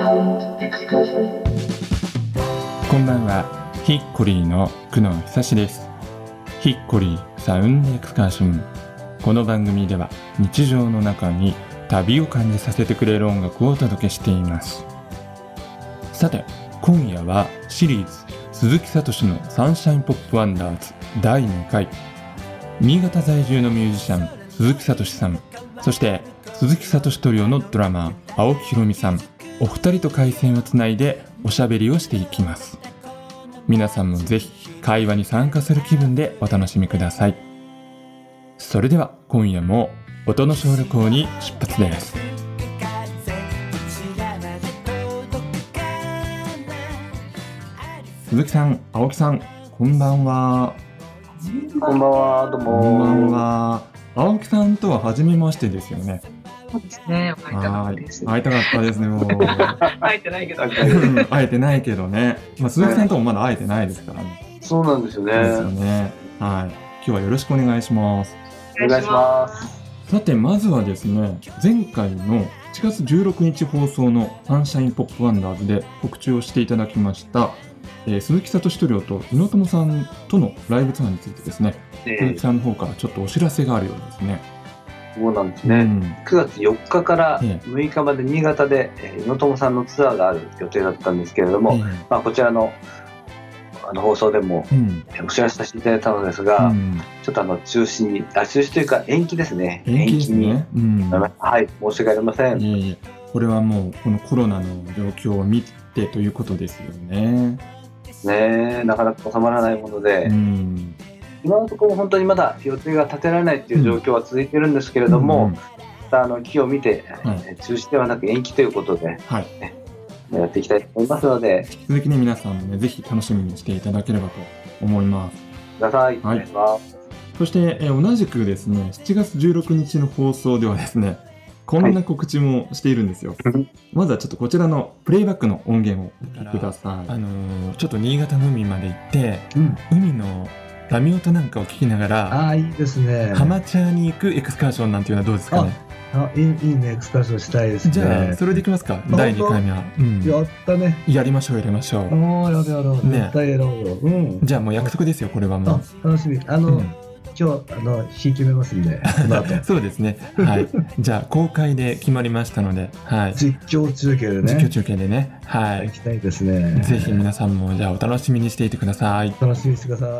Sound exclusive. こんばんは、ヒッコリーの久野久志です。ヒッコリーサウンドエクスカーション。この番組では日常の中に旅を感じさせてくれる音楽をお届けしています。さて、今夜はシリーズ鈴木聡のサンシャインポップワンダーズ第2回。新潟在住のミュージシャン、鈴木聡さん。そして、鈴木聡トリオのドラマー、青木ひろみさん。お二人と回線をつないでおしゃべりをしていきます皆さんもぜひ会話に参加する気分でお楽しみくださいそれでは今夜も音の小旅行に出発です鈴木さん青木さんこんばんはこんばんは、どうも。こんばん。は青木さんとは初めましてですよねそうですね。お会いしたかったです。はい会いたかったですねも う会えてないけど。うん会えてないけどね、まあ、鈴木さんともまだ会えてないですからねそうなんですよね。ですよね。はい。今日はよろしくお願いします。お願いします。さて、まずはですね、前回の4月16日放送のサンシャインポップワンダーズで告知をしていただきました、えー鈴木聡トリオと猪野友さんとのライブツアーについてですね、鈴木さんの方からちょっとお知らせがあるようですね。そうなんですうね。ん9月4日からえ6日まで新潟で、えー、野友さんのツアーがある予定だったんですけれども、えまあ、こちらのあの放送でもえうんえーお知らせさせていただいたのですが、うんちょっとあの中止にあ、中止というか延期ですね。延期です延ね。うん期に。はい、申し訳ありません。いえいえこれはもうこのコロナの状況を見てということですよね。ねえなかなか収まらないもので、うん。今のところ本当にまだ予定が立てられないという状況は続いてるんですけれども、うん、またあの木を見て、はいえー中止ではなく延期ということで、はい。やっていきたいと思いますので、引き続きね皆さんもねぜひ楽しみにしていただければと思いますください。はいお願いしますそして、えー同じくですね7月16日の放送ではですねこんな告知もしているんですよ、まずはちょっとこちらのプレイバックの音源をお聞きくださいあのちょっと新潟の海まで行って、海の波音なんかを聞きながらああ、いいですね。浜茶に行くエクスカーションなんていうのはどうですかねあいいいいね、エクスカーションしたいですね。れでいきますか第二回目は、やったね。やりましょうやりましょうおお、やろうやろう。ね絶対やろうよ。うん。じゃあもう約束ですよこれはあ、楽しみ。あの、うん。今日、あの、日決めますんで、この後そうですね。はい。じゃあ公開で決まりましたので、はい。 実況中継でね。実況中継でね、は行い。きたいですね。ぜひ皆さんもじゃあお楽しみにしていてください。楽しみにしてください。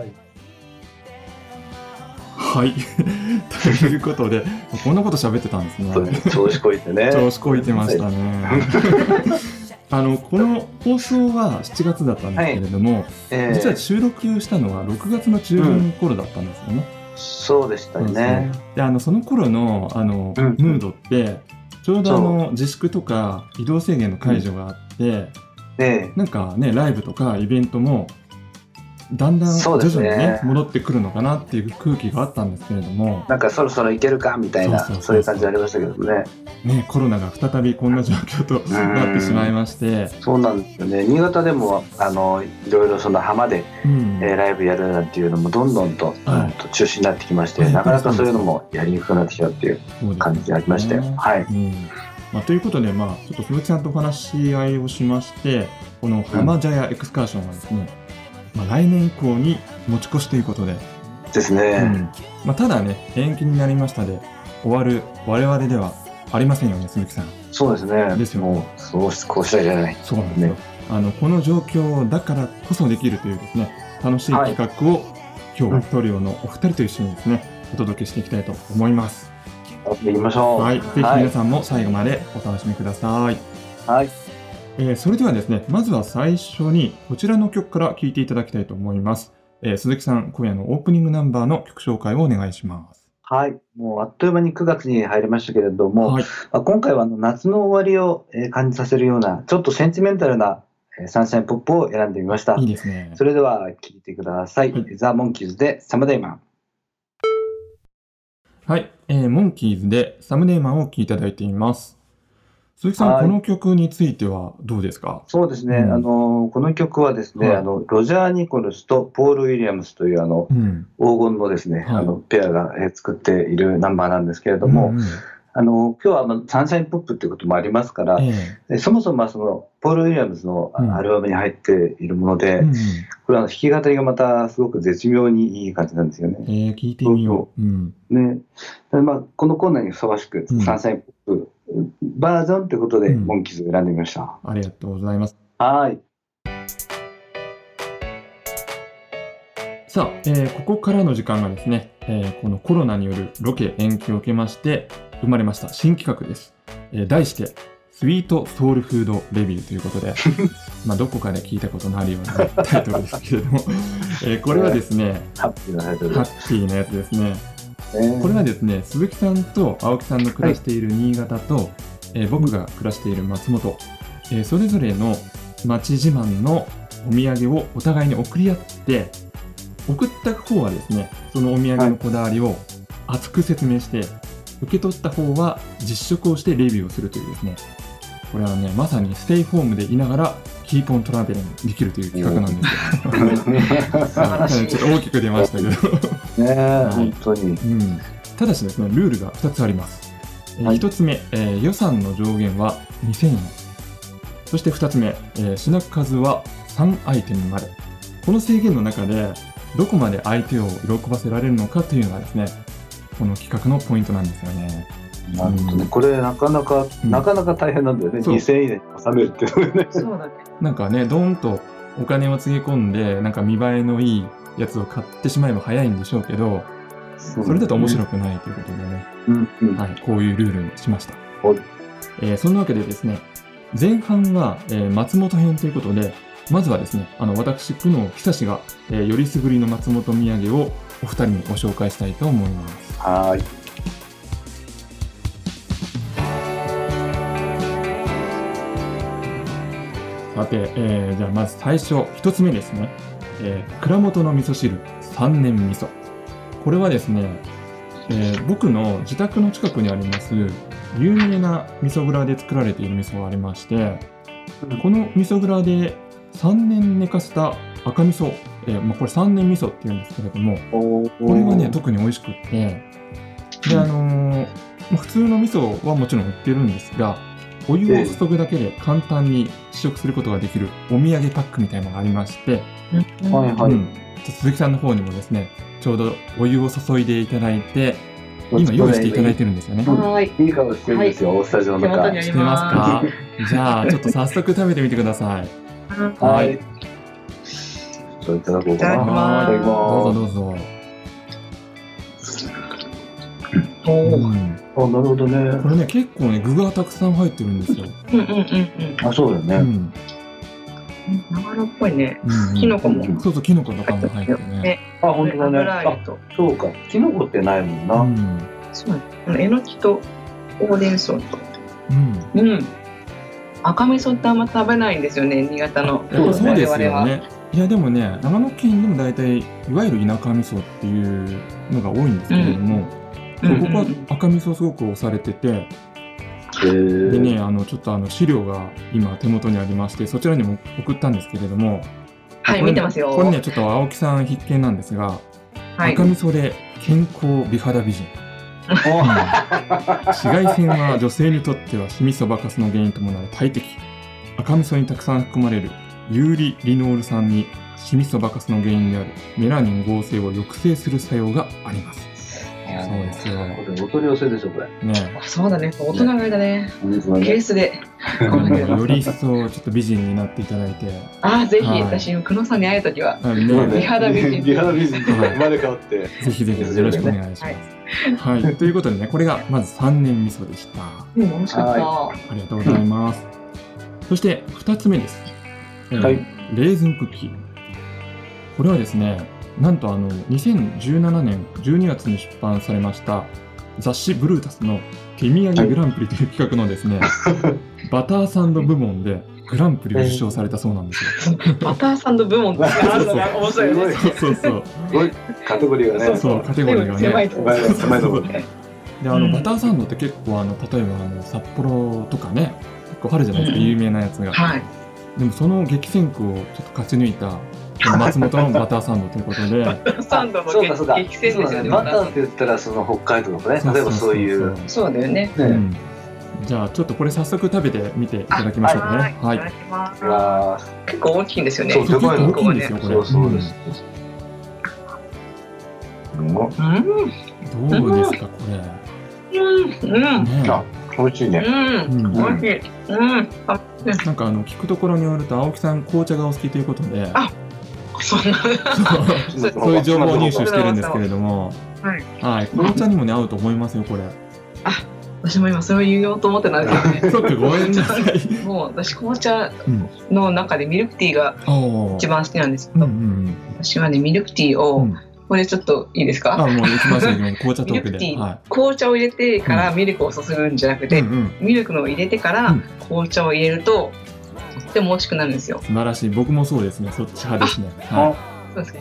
はい。 ということで、こんなこと喋ってたんですね。本当に調子こいてね。調子こいてましたね。あのこの放送は7月だったんですけれども、ええ実は収録したのは6月の中旬頃だったんですよね。そうでしたよね。であのその頃のあの、うんムードってちょうどあの自粛とか移動制限の解除があって、ねなんかねライブとかイベントもだんだん徐そう々でにすねね戻ってくるのかなっていう空気があったんですけれども、なんかそろそろいけるかみたいな、そうそうそうそういう感じありましたけどね。ね、コロナが再びこんな状況とんなってしまいまして、そうなんですよね。新潟でも、あの、いろいろその浜で、うんえーライブやるなんていうのもどんどんと、はいうんと中止になってきまして、はいなかなかそういうのもやりにくくなってきたっていうそうですね感じがありましたよ。はい。うんまあ、ということで、まあ、ちょっと鈴木さんとお話し合いをしましてこの浜茶屋エクスカーションはですね、まあ、来年以降に持ち越しということで、ですうね。んまあ、ただね延期になりましたで終わる我々ではありませんよね鈴木さん。そうですね。ですよねもう、そうし、こうしたいじゃない。そうなんですよ、ねあのこの状況だからこそできるというですね楽しい企画を、今日はトリオのお二人と一緒にですねお届けしていきたいと思います、やっていきましょう。はい、ぜひ皆さんも最後までお楽しみください、はい。えーそれではですねまずは最初にこちらの曲から聴いていただきたいと思います、えー鈴木さん今夜のオープニングナンバーの曲紹介をお願いしますはい。もうあっという間に9月に入りましたけれども、はい、まあ、今回はあの夏の終わりをえー感じさせるような、ちょっとセンチメンタルなえーサンシャインポップを選んでみましたい。いですねそれでは聴いてください。はザ・モンキーズでサムデイマン。はい、えーモンキーズでサムネーマンを聴いていただいています鈴木さん、はいこの曲についてはどうですかそうですね。うんあのー、この曲はですね、はいあの、ロジャー・ニコルスとポール・ウィリアムスというあの、うん黄金のですね、はいあの、ペアがえー作っているナンバーなんですけれども、うんうんあの今日はまあサンシャインポップっていうこともありますから、えでそもそもはそのポール・ウィリアムズのあうんアルバムに入っているもので、えうんこれはあの弾き語りがまたすごく絶妙にいい感じなんですよね。ええ聞いてみよう。うん。ねでまあ、このコーナーにふさわしく、うんサンシャインポップバージョンってことで、うんモンキーズを選んでみました。ありがとうございます。はい。さあ、えーここからの時間がですね、えーこのコロナによるロケ延期を受けまして、生まれました新企画です。えー題して、スイートソウルフードレビューということで、まあ、どこかで聞いたことのあるようなタイトルですけれども、えーこれはですね、ハッピーなタイトルハでッピーなやつですね。すね。これはですね、鈴木さんと青木さんの暮らしている新潟と、えー僕が暮らしている松本、えーそれぞれの町自慢のお土産をお互いに送り合って、送った方はですね、そのお土産のこだわりを熱く説明して、受け取った方は実食をしてレビューをするというですね、これはね、まさにステイホームでいながら、キーポントラベリングできるという企画なんですよ。はいちょっと大きく出ましたけど。ねい本当に。うん、ただしですねルールが2つあります、えはい1つ目、えー予算の上限は2000円そして2つ目、えー品数は3アイテムまでこの制限の中でどこまで相手を喜ばせられるのかというのがですねこの企画のポイントなんですよねなるほどね。これなかなか、うんなかなか大変なんだよね。そう2000円で収めるっていうのがね。そうだね。なんかねドーンとお金をつぎ込んでなんか見栄えのいいやつを買ってしまえば早いんでしょうけどそそれだと面白くないということでねうんうん。はい、こういうルールにしました。はいえーそんなわけでですね、前半は、えー松本編ということで、まずはですね、あの私、久能久志が、えーよりすぐりの松本土産をお二人にご紹介したいと思います。はい。さて、えーじゃあまず最初、一つ目ですね、えー蔵元の味噌汁、三年味噌。これはですね、えー僕の自宅の近くにあります、有名な味噌蔵で作られている味噌がありまして、この味噌蔵で3年寝かせた赤味噌、えーまあ、これ3年味噌っていうんですけれどもここれはね特に美味しくってであのーまあ普通の味噌はもちろん売ってるんですがお湯を注ぐだけで簡単に試食することができるお土産パックみたいなのがありまして、はいはい。うんちょっと鈴木さんの方にもですねちょうどお湯を注いでいただいて今用意していただいてるんですよね。はい。いい顔してるんですよ、スタジオの手元中にあ。しりてまますかじゃあちょっと早速食べてみてください。す。かはい。ちょっといただこういただかきな。ますいただきどうぞまどうぞ。おお。うんうす。あ、んなるほどねこ。れね結構ね具がたくさん入ってるんですよ。うんうんうん。あ、そうだようね。ん。長野っぽいね。うんキノコも。そうそうキノコとかも入ってね。あ、本当だね。油あ絵、と。そうか。キノコってないもんうな。ん。そうね。このえのきとほうれん草と。うん。うん。赤味噌ってあんま食べないんですよね、新潟の。やっぱそうです我々よは。ね。いやでもね長野県でも大体いわゆる田舎味噌っていうのが多いんですけれども、うんうんここは赤味噌すごく押されてて、へでーねあのちょっとあの資料が今手元にありましてそちらにも送ったんですけれども、はい、見てますよ。これねちょっと青木さん必見なんですが、はい赤。味噌で健康美肌美人。お紫外線は女性にとってはシミそばかすの原因ともなる大敵赤味噌にたくさん含まれる有利リノール酸にシミそばかすの原因であるメラニン合成を抑制する作用がありますそうですよこれお取り寄せでしょ、これ。ね あそうだね。大人がいたね。本当だケねー。スで。えこんだけ出ますより一層ちょっと美人になっていただいてああ、ぜひ、はい私、久野さんに会えた時は。あのそうだねね美肌美人美肌美人と生まれ変わって。ぜひぜひよろしくお願いします、はい、ということでねこれがまず3年味噌でしたうん、美味しかった。ありがとうございます。そして2つ目です。えーはいレーズンクッキー。これはですね、なんとあの2017年12月に出版されました雑誌ブルータスの手土産グランプリという企画のですね、バターサンド部門でグランプリを受賞されたそうなんですよ。バターサンド部門ってあるのが面白いよね。そうそうそう。すごいカテゴリーがね。そうカテゴリーがね狭いと思う狭い狭いところであの、うんバターサンドって結構あの例えばあの札幌とかね、結構あるじゃないですか、うん有名なやつが。はい。 でもその激戦区をちょっと勝ち抜いた松本のバターサンドということで、サンドもそうだそうだ。激戦ですよね。バまターたって言ったらその北海道とかね、例えばそういう。ねそうだよね。うんじゃあちょっとこれ早速食べてみていただきましょうかね。はいただ。きますうわ結構大きいんですよね。そう結構でかいの大きいんですよーこそうれ。そうです。うんううん、んどうですかこれ。うん、うん、ねあ美味しいね。うん、うん美味しい。うん、あ、なんかあの聞くところによると青木さん紅茶がお好きということ で、あそんな。そうそうそういう情報を入手してるんですけれども、はい、はい、紅茶にもね合うと思いますよこれ。私も今それ言おうと思ってないです よちょっとごめんなさい。ね。もう私紅茶うん。の中でミルクティーがおー一。番好きなんですけうんど、うん私はねミルクティーうを、ん。これちょっといいですか？あもう行きましょう行きましょう紅茶トミールククティで。ー、は紅茶を入れてからミルクを注ぐんじゃなくい。うて、んうん。ミルクのを入れてからうん紅茶を入れると、とっても美味しくなるんですよ。素晴らしい僕もそうですねそっち派ですねはそうですね。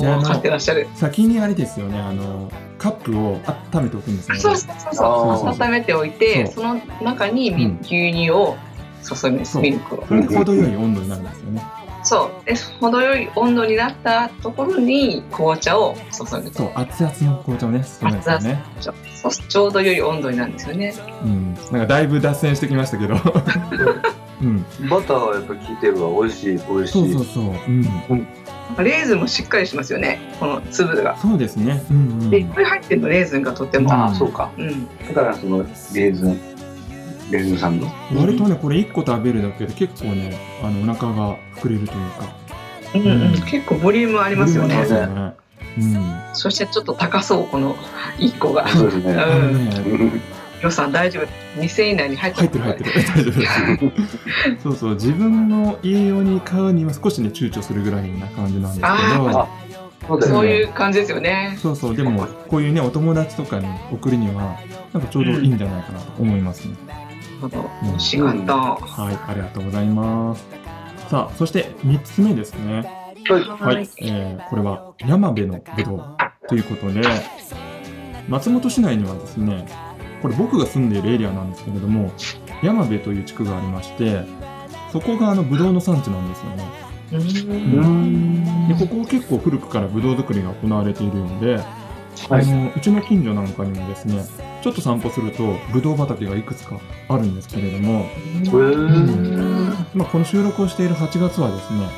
いやあおの買ってらっしゃる。先にあれですよねあのカップを温めておくんですよねそうそうそうそう。あそうーそう温めておいて、そその中にみうん牛乳を注ぐんです、そうミルクを。これで程よい温度になるんですよねそう。で、程よい温度になったところに紅茶を注ぐそと。う熱々の紅茶をね進めますよねそうするとちょうどよい温度になるんですよね。うんなんかだいぶ脱線してきました けどうんバターはやっぱ効いてるわ。美味しい、美味しそうい。そうそううんレーズンもしっかりしますよね。この粒が。そうですねうんうんで、いっぱい入ってるのレーズンがとっても。ああ、そうか。うん。だからそのレーズン、レーズンサンド。割とねこれ1個食べるだけで結構ねあのお腹が膨れるというかうんうん、結構ボリュームありますよありねま。すよねうんそしてちょっと高そうこの一個が。そうですね。あのね予算大丈夫。2000円以内に入って入ってる入ってる大丈夫です そうそう自分の家用に買うには少しね躊躇するぐらいな感じなんですけどあそうだそようね。いう感じですよね。そうそうでもこういうねお友達とかに送るにはなんかちょうどいいんじゃないかなと思いますね、なるほどうん美味しかった。はいありがとうございますさあそして3つ目ですねはい、えーこれは山辺のぶどうということで松本市内にはですねこれ僕が住んでいるエリアなんですけれども山辺という地区がありましてそこがあのぶどうの産地なんですよねう。うんんでここは結構古くからぶどう作りが行われているようで、はいあのうちの近所なんかにもですねちょっと散歩するとぶどう畑がいくつかあるんですけれども、へーまあ、この収録をしている8月はですね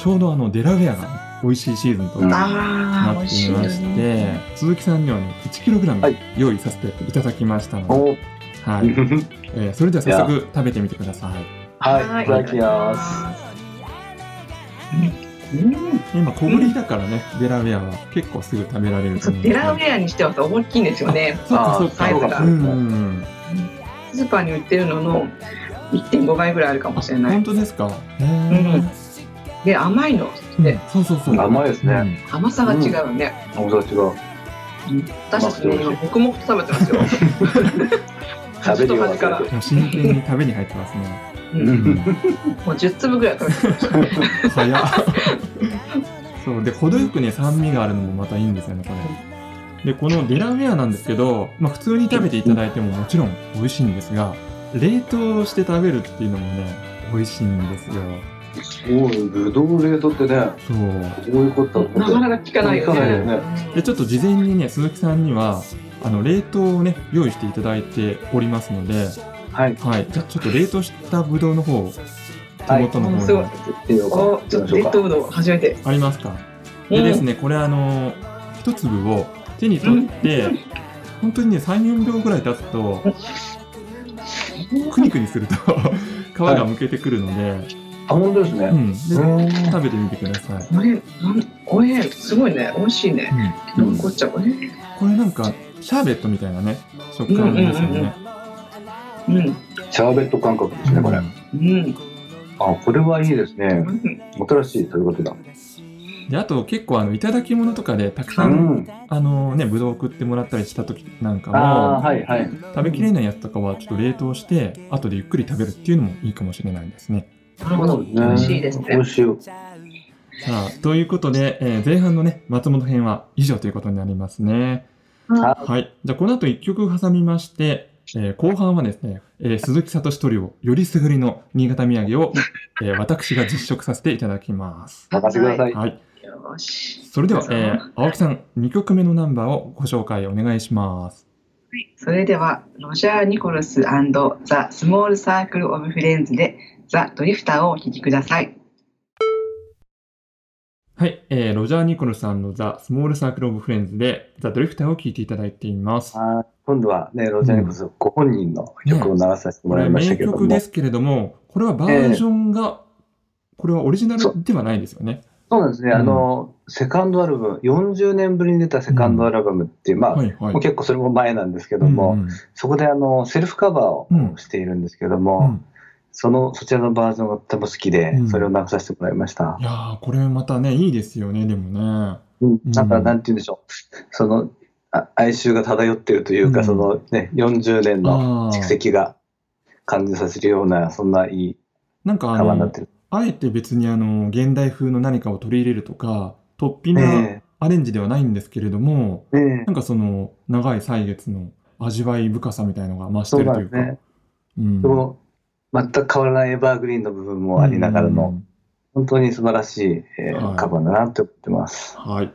ちょうどあのデラウェアが美味しいシーズンとうんなってああ、美味しいいよまして、ね。鈴木さんにはね 1kg はい用意させていただきましたので、おはいえーそれでは早速食べてみてくださいはい、いただきます。うん今小ぶりだからね、デラウェアは結構すぐ食べられるとそう思うんですけデどラウェアにしてはさ大きいんですよね。そっかそっあーサイズかがうんスーパーに売ってるのの1.5倍ぐらいあるかもしれない本。当ですか。へうんで甘いの。でそうそうそう。甘いですね。甘さが違うよね。お雑が私たちね今黙々と食べてますよ。 食べるよ端からうん。もう真剣に食べに入ってますね。うんうんもう10粒ぐらい食べてる早っ。そうで程よくね酸味があるのもまたいいんですよねこれ。でこのデラウェアなんですけど、まあ普通に食べていただいてももちろん美味しいんですが、冷凍して食べるっていうのもね美味しいんですよ。おい、ぶどう冷凍ってね、そう。どういうことだなかなか聞かない聞よかないよねね。でちょっと事前にね鈴木さんにはあの冷凍をね用意していただいておりますので。はい。はい、じゃあちょっと冷凍したぶどうの方を手元のもうす方ごいに。ってよお、か。ちょっとレッドブドウ初めて。ありますか、うでんですねこれあの一粒を手に取って、本当にね34秒ぐらい経つとくにくにすると 皮がむけてくるので,、あ、本当ですうね。ん、でうん。食べてみてください、これ、なん、おえ、すごいね、美味しいね。うん、うん残っちゃう、これ。これなんかシャーベットみたいなね食感ですようんうんうんうんね、うん、シャーベット感覚ですね、これ。あ、うん、これはいいですねう。ん、新しいということだ。であと結構あのいただき物とかでたくさ、うんん。あのねぶどう送ってもらったりした時なんかもああー、はいはい。食べきれないやつとかはちょっと冷凍して後でゆっくり食べるっていうのもいいかもしれないですね。なるほど、美味しいです美ね。味しいよ。さあということで、えー前半のね松本編は以上ということになりますね。はいはい、じゃあこの後1曲挟みまして、えー後半はですね、えー鈴木聡トリオよりすぐりの新潟土産を、えー私が実食させていただきます。任せてください。はい。よし。それでは、えー青木さん、2曲目のナンバーをご紹介お願いします。それでは、ロジャー・ニコルスザ・スモール・サークル・オブ・フレンズで、ザ・ドリフターをお聴きください。はい、えーロジャー・ニコルさんのザ・スモール・サークル・オブ・フレンズで、ザ・ドリフターを聴いていただいています。あー今度はね、ロジャー・ニコルスご本人の曲を流させてこもられいました名けども、曲ですけれども、これはバージョンが、これはオリジナルではないですよね。そうなんですね、うんあの、セカンドアルバム、40年ぶりに出たセカンドアルバムっていう、まあ、はいはいもう。結構それも前なんですけども、うんうんそこであのセルフカバーをうんしているんですけども、そのそちらのバージョンがとても好きで、うんそれを流させてもらいましたい。やーこれまたねいいですよねでもね。うんうんなんか、なんて言うんでしょう、そのあ哀愁が漂っているというか、うんそのね、40年のあ蓄ー積が感じさせるような、そんないいなんかあカバーになっのてる。あえて別にあの現代風の何かを取り入れるとか突飛なねアレンジではないんですけれども、えねなんかその長い歳月の味わい深さみたいのが増えしてそうるなとんでいすうか。ね。うんその全く変わらないエバーグリーンの部分もありながらの、うん本当に素晴らしい、えーはいカバーだなって思ってます。はい。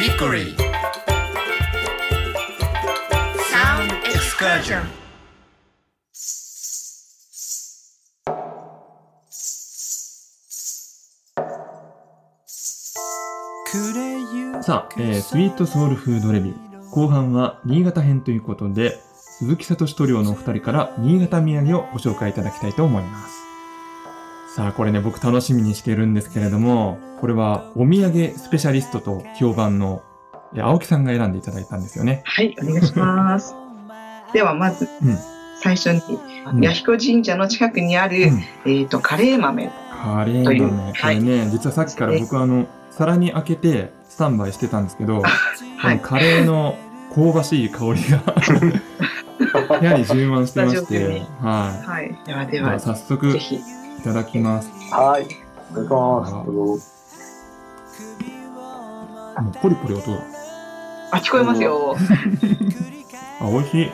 Hickory. Sound excursion. さあ、えースイートソウルフードレビュー後半は新潟編ということで鈴木聡塗料のお二人から新潟土産をご紹介いただきたいと思いますさあこれね僕楽しみにしているんですけれどもこれはお土産スペシャリストと評判のえー青木さんが選んでいただいたんですよねはい、お願いします。では、まず、うん最初に、ん弥彦神社の近くにある、うんえっ、と、カレー豆。カレーという豆これね、実はさっきから僕あの皿に開けてスタンバイしてたんですけど、こはのい。カレーの香ばしい香り が部屋に充満してましスタジオ風てにはいはい。ではでではは、早速ぜいひ。ただきます。はい。お願いします。あーどうぞもうポリポリ音が。あ、聞こえますよ。あ、美味しい。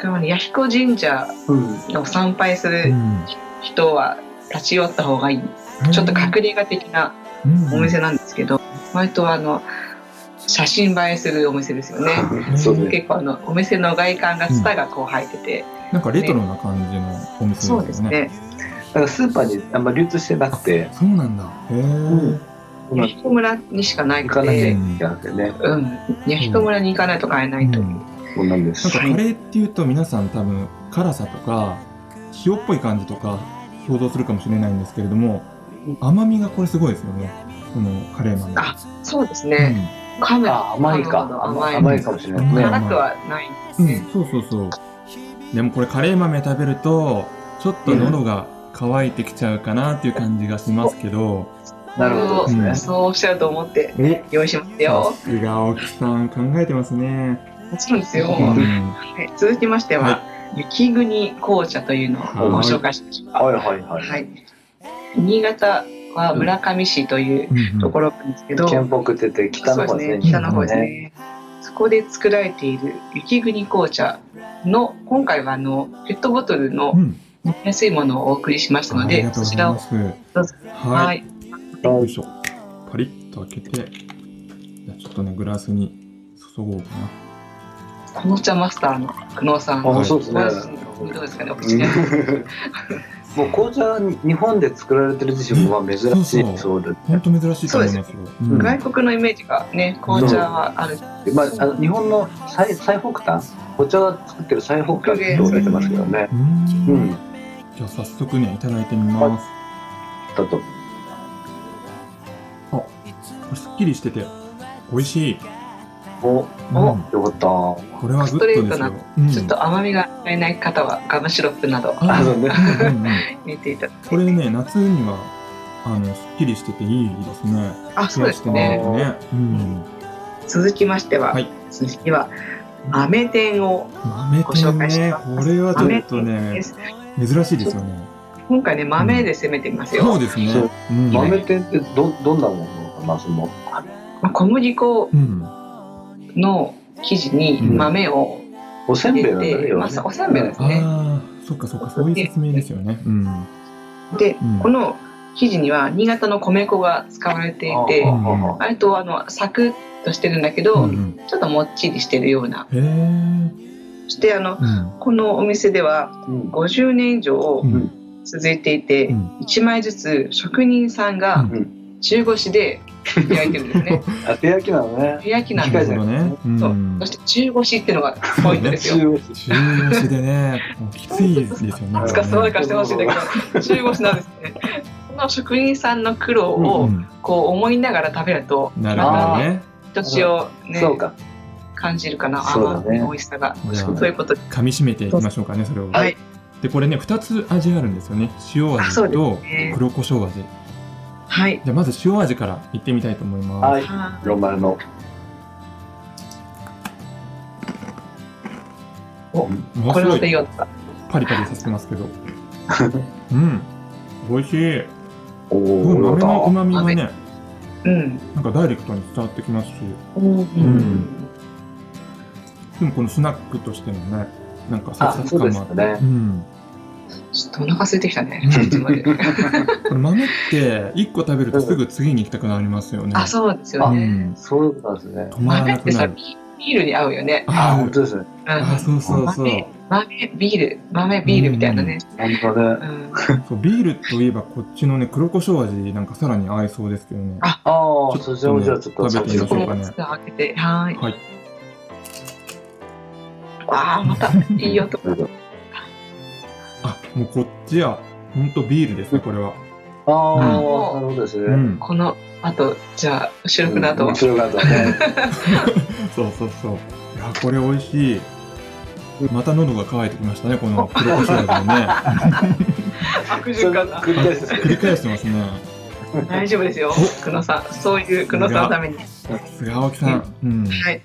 これはね、弥彦神社うん。を参拝するん、人は立ち寄った方がいい。ちょっと隠れ家的なお店なんですけど、割とあの、写真映えするお店ですよね。うんそうですね。結構あのお店の外観がツタがこう入ってて、なんかレトロな感じのお店そうでですすね。ねなんかスーパーにあんま流通してなくて、そうなんだ。へえ。今弥彦村にしかない行のかなきゃいでけないんですよね。うん弥彦村に行かないと買えないというう、んそうなんでなんすか。カレーっていうと皆さん多分辛さとか塩っぽい感じとか想像するかもしれないんですけれども、甘みがこれすごいですよね。このカレー豆。あそうですね、噛めばあ、甘い噛むほか。ど甘甘いい甘いかもしれないですね。甘い辛くはないうん、うん、そうそうそう。でもこれカレー豆食べるとちょっと喉が乾いてきちゃうかなっていう感じがしますけど。なるほどですね。そうおっしゃると思ってえ用意しましたさよすが青木さん考えてますね。もちろんですよ、うんはい続きましては、は雪国紅茶というのをご紹介しましょうはいはいはい。はい、新潟は村上市というところなんですけど、県北って言って北の方ですね。そうですね北の方ですね。そこで作られている雪国紅茶の今回はあのペットボトルのうん飲みやすいものをお送りしましたのありで、がとうござそちいらをま、す。は。はいい、よいしょ。パリッと開けて、じゃあちょっとねグラスに注ごうかな。この茶マスターの久能さん、はどいあ、そうですね。うですかね、お口に合いまうすんもう紅茶は日本で作られてる自身は珍しそういそうで本当珍しいと思いますよ。うん外国のイメージがね、紅茶はある。す。まあ、あの日本の最最北端、紅茶が作ってる最北端って言われてますけどね。ううんん。だじゃあ早速ねいただいてみます。と。これすっきりしてて美味しい。お、お、よかっこれはグッドストレーでトすよな。ちょっと甘みが足りない方はガムシロップなうどんた。 ああのね。うんうん入れていただいてこれね夏にはあのすっきりしてていいですね。あそうですねね。うん。続きましては、はい続きは飴天を豆ご天紹介しねますこれはちょっとねです珍しいですよね。今回ね豆で攻めてみますよ、そうですねそう。うん豆天ってど、どんなものかな、その。まあ小麦粉うん。の生地にうん豆をおせんべ入いなれんだて、ね。要まはあねさおせんべいですね。ああ、そっかそっか、そういう説明ですよね。うん。で、うんこの生地には新潟の米粉が使われていて、あ割とあのサクッとしてるんだけど、うんうんちょっともっちりしてるような。へえ。うん。そしてあのこのお店ではうん50年以上うん続いていて、うん1枚ずつ職人さんうがん中腰で焼いてるんですね。あ手焼きなのね。手焼きななんるですほよ。どね。うそうんそ。して中腰っていうのがポイントですよ。中腰中腰でね、もうきついですよね。つかさないからしてほしいんだけど、中腰なんですね。その職人さんの苦労うをんこう思いながら食べると、なるほどね。年をねそうか。感じるかな、そうだ甘ねみ、美味しさが。じゃあそういうことで噛み締めていきましょうかね、それを。はい。で、これね、二つ味あるんですよね。塩あそう味でとすね黒胡椒味。はい。じゃあ、まず塩味からいってみたいと思います。はい。はロマルの。いもこのすれごまいた良かっパリパリさせてますけ ど。うん。美味しい。おすごい豆のお。旨味がね、た。うん。なんかダイレクトに伝わってきますし、うん。でもこのスナックとしてもね、なんかサクサクあそう感ですもあよっねて。うん。ちょっとお腹空いてきたね。ちょっと待ってこれ豆って一個食べるとすぐ次に行きたくなりますよね。あ、そうですようね。ん。そういうことなんですね。止まら豆なっくてなさ、る。ビビールに合うよね。あ、合本う当ですね。うんあ、そうそうそう豆。豆ビール、豆ビールみたいなね。本当だうね。ん。そうビールといえばこっちのね黒胡椒味なんかさらに合いそうですけどね。あああ、ちょそっとねちらもじゃあちょっと食べてみそましょこうもかねちょっと開けて、はーい。はい。わあ、またいい音。あもうこっちは本当ビールですねこれは。ああ、なるうんほどですうね。ん。この後、じゃあ、収録の後は。 後ろが後はね。そうそうそう。いやこれ美味しい。また喉が渇いてきましたねこの黒胡椒味のね。悪そ循れ環だ。繰り返すんです繰り ね。返してますね。大丈夫ですよ。久野さん、そういう久野さんのために。菅青木さん。うん。はい。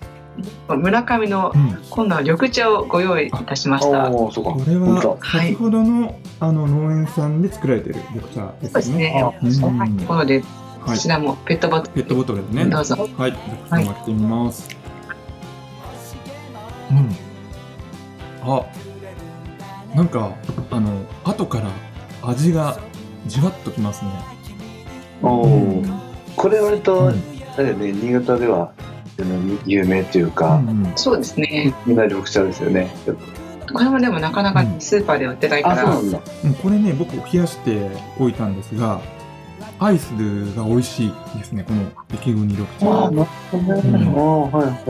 村上のうん。今度は緑茶をご用意いたしました。おお、そうか。これ本は当先ほどのあの農園さんで作られてる緑茶でそうですすよね。ね。うんお若いところで、こはいち。らもペットボトペットボトルでね。ル、どうぞ。はい、じゃあ蓋を開けてみます。うん。あ、なんかあの後から味がじわっときますね。おお。これ割と、うあんれだよね、新潟ではあの有名というか、うんそうですね。みんな緑茶ですよね。これもでもなかなかスーパーでは売ってないかあ、そうらな、んだ。うんこれね、僕冷やしておいたんですが、アイスが美味しいですね。この駅後に緑茶。ああ、うなるほどね。ああ、はいはいはい。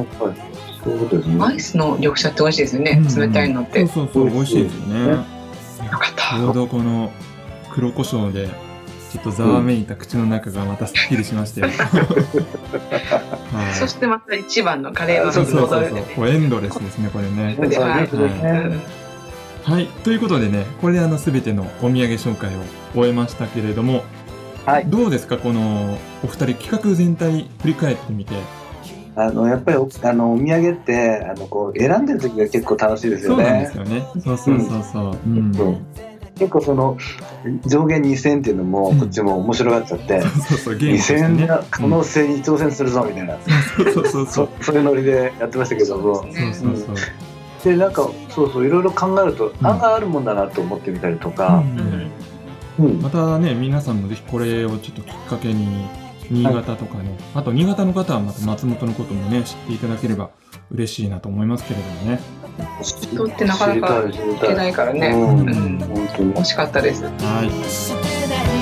そういうことですね。アイスの緑茶って美味しいですよねん。冷たいのって。よそうそうそう、美味しいですよね。かった。ちょうどこの黒胡椒でちょっとざわめいた口の中がまたすっきりしましたよ。はいそしてまた一番のカレーのそう水そう戻そうるそねう。これエンドレスですね、これね。そうですうんね。はい、ということでね、これであの全てのお土産紹介を終えましたけれども、はいどうですか、このお二人、企画全体振り返ってみて。あの、やっぱりお、あの、お土産って、あの、こう、選んでる時が結構楽しいですそようなんでねす。よね。そうそうそうそう。うんうそん結構その上限2000っていうのもこっちも面白がっちゃって、うそう、ゲームとして2000ね。の可能性に挑戦するぞみたいな、うんそうそうそう。そそういうノリでやってましたけどそうもですそうねそうそう。でなんかそうそういろいろ考えるとん案外あるもんだなと思ってみたりとか、ううんんうんまたね皆さんもぜひこれをちょっときっかけに新潟とかね、あと新潟の方はまた松本のこともね知っていただければ嬉しいなと思いますけれどもね、人ってなかなか知りいたけい知りなたいいからね。ううんん。本当に惜しかったです。はい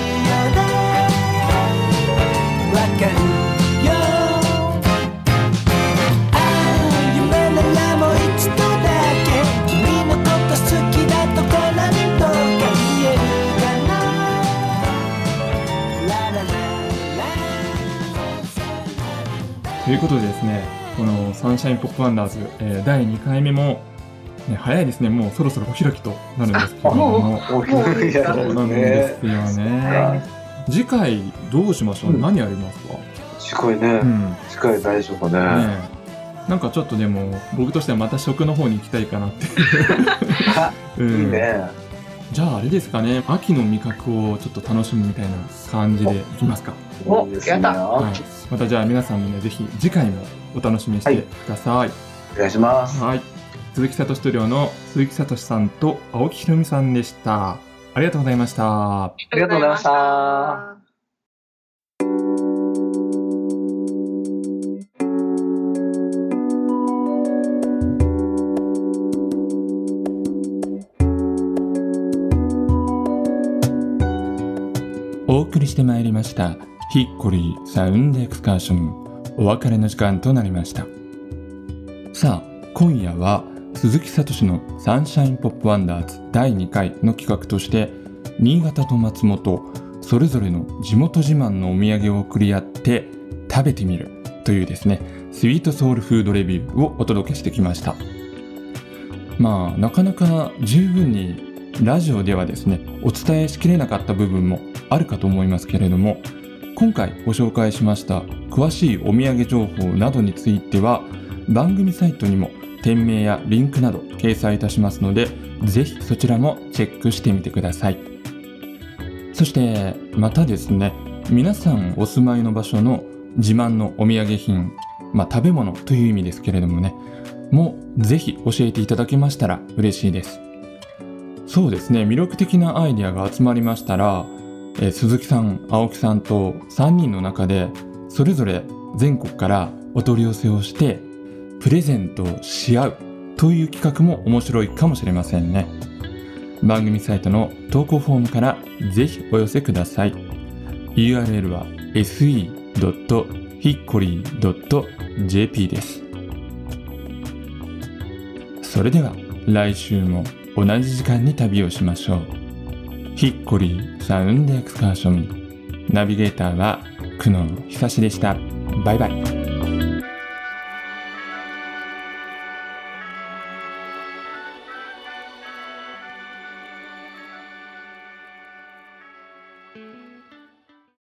ということでですねこの「サンシャインポップワンダーズ」えー第2回目も、ね、早いですねもうそろそろお開きとなるんですけれども大きな部屋そうですなんで ねすよねは次回どうしましょう、うん何やりますか、近いね、うん近い大丈夫かね、ねえなんかちょっとでも僕としてはまた食の方に行きたいかなって、あ うんいいねじゃああれですかね秋の味覚をちょっと楽しむみたいな感じでいきますか、おいいですねやったはい、またじゃあ皆さんもねぜひ次回もお楽しみにしてください、お願いします。はい。鈴木聡寮の鈴木聡さんと青木ひろみさんでした。ありがとうございました。ありがとうございましたお送りしてまいりましたヒッコリーサウンドエクスカーションお別れの時間となりましたさあ今夜は鈴木聡のサンシャインポップワンダーズ第2回の企画として新潟と松本それぞれの地元自慢のお土産を送り合って食べてみるというですねスイートソウルフードレビューをお届けしてきましたまあなかなか十分にラジオではですねお伝えしきれなかった部分もあるかと思いますけれども今回ご紹介しました詳しいお土産情報などについては番組サイトにも店名やリンクなど掲載いたしますのでぜひそちらもチェックしてみてくださいそしてまたですね皆さんお住まいの場所の自慢のお土産品、まあ、食べ物という意味ですけれどもねもぜひ教えていただけましたら嬉しいですそうですね魅力的なアイデアが集まりましたら、えー鈴木さん青木さんと3人の中でそれぞれ全国からお取り寄せをしてプレゼントをし合うという企画も面白いかもしれませんね番組サイトの投稿フォームからぜひお寄せください URL は se.hickory.jp ですそれでは来週も同じ時間に旅をしましょうヒッコリーサウンドエクスカーションナビゲーターは久野久志でしたバイバイ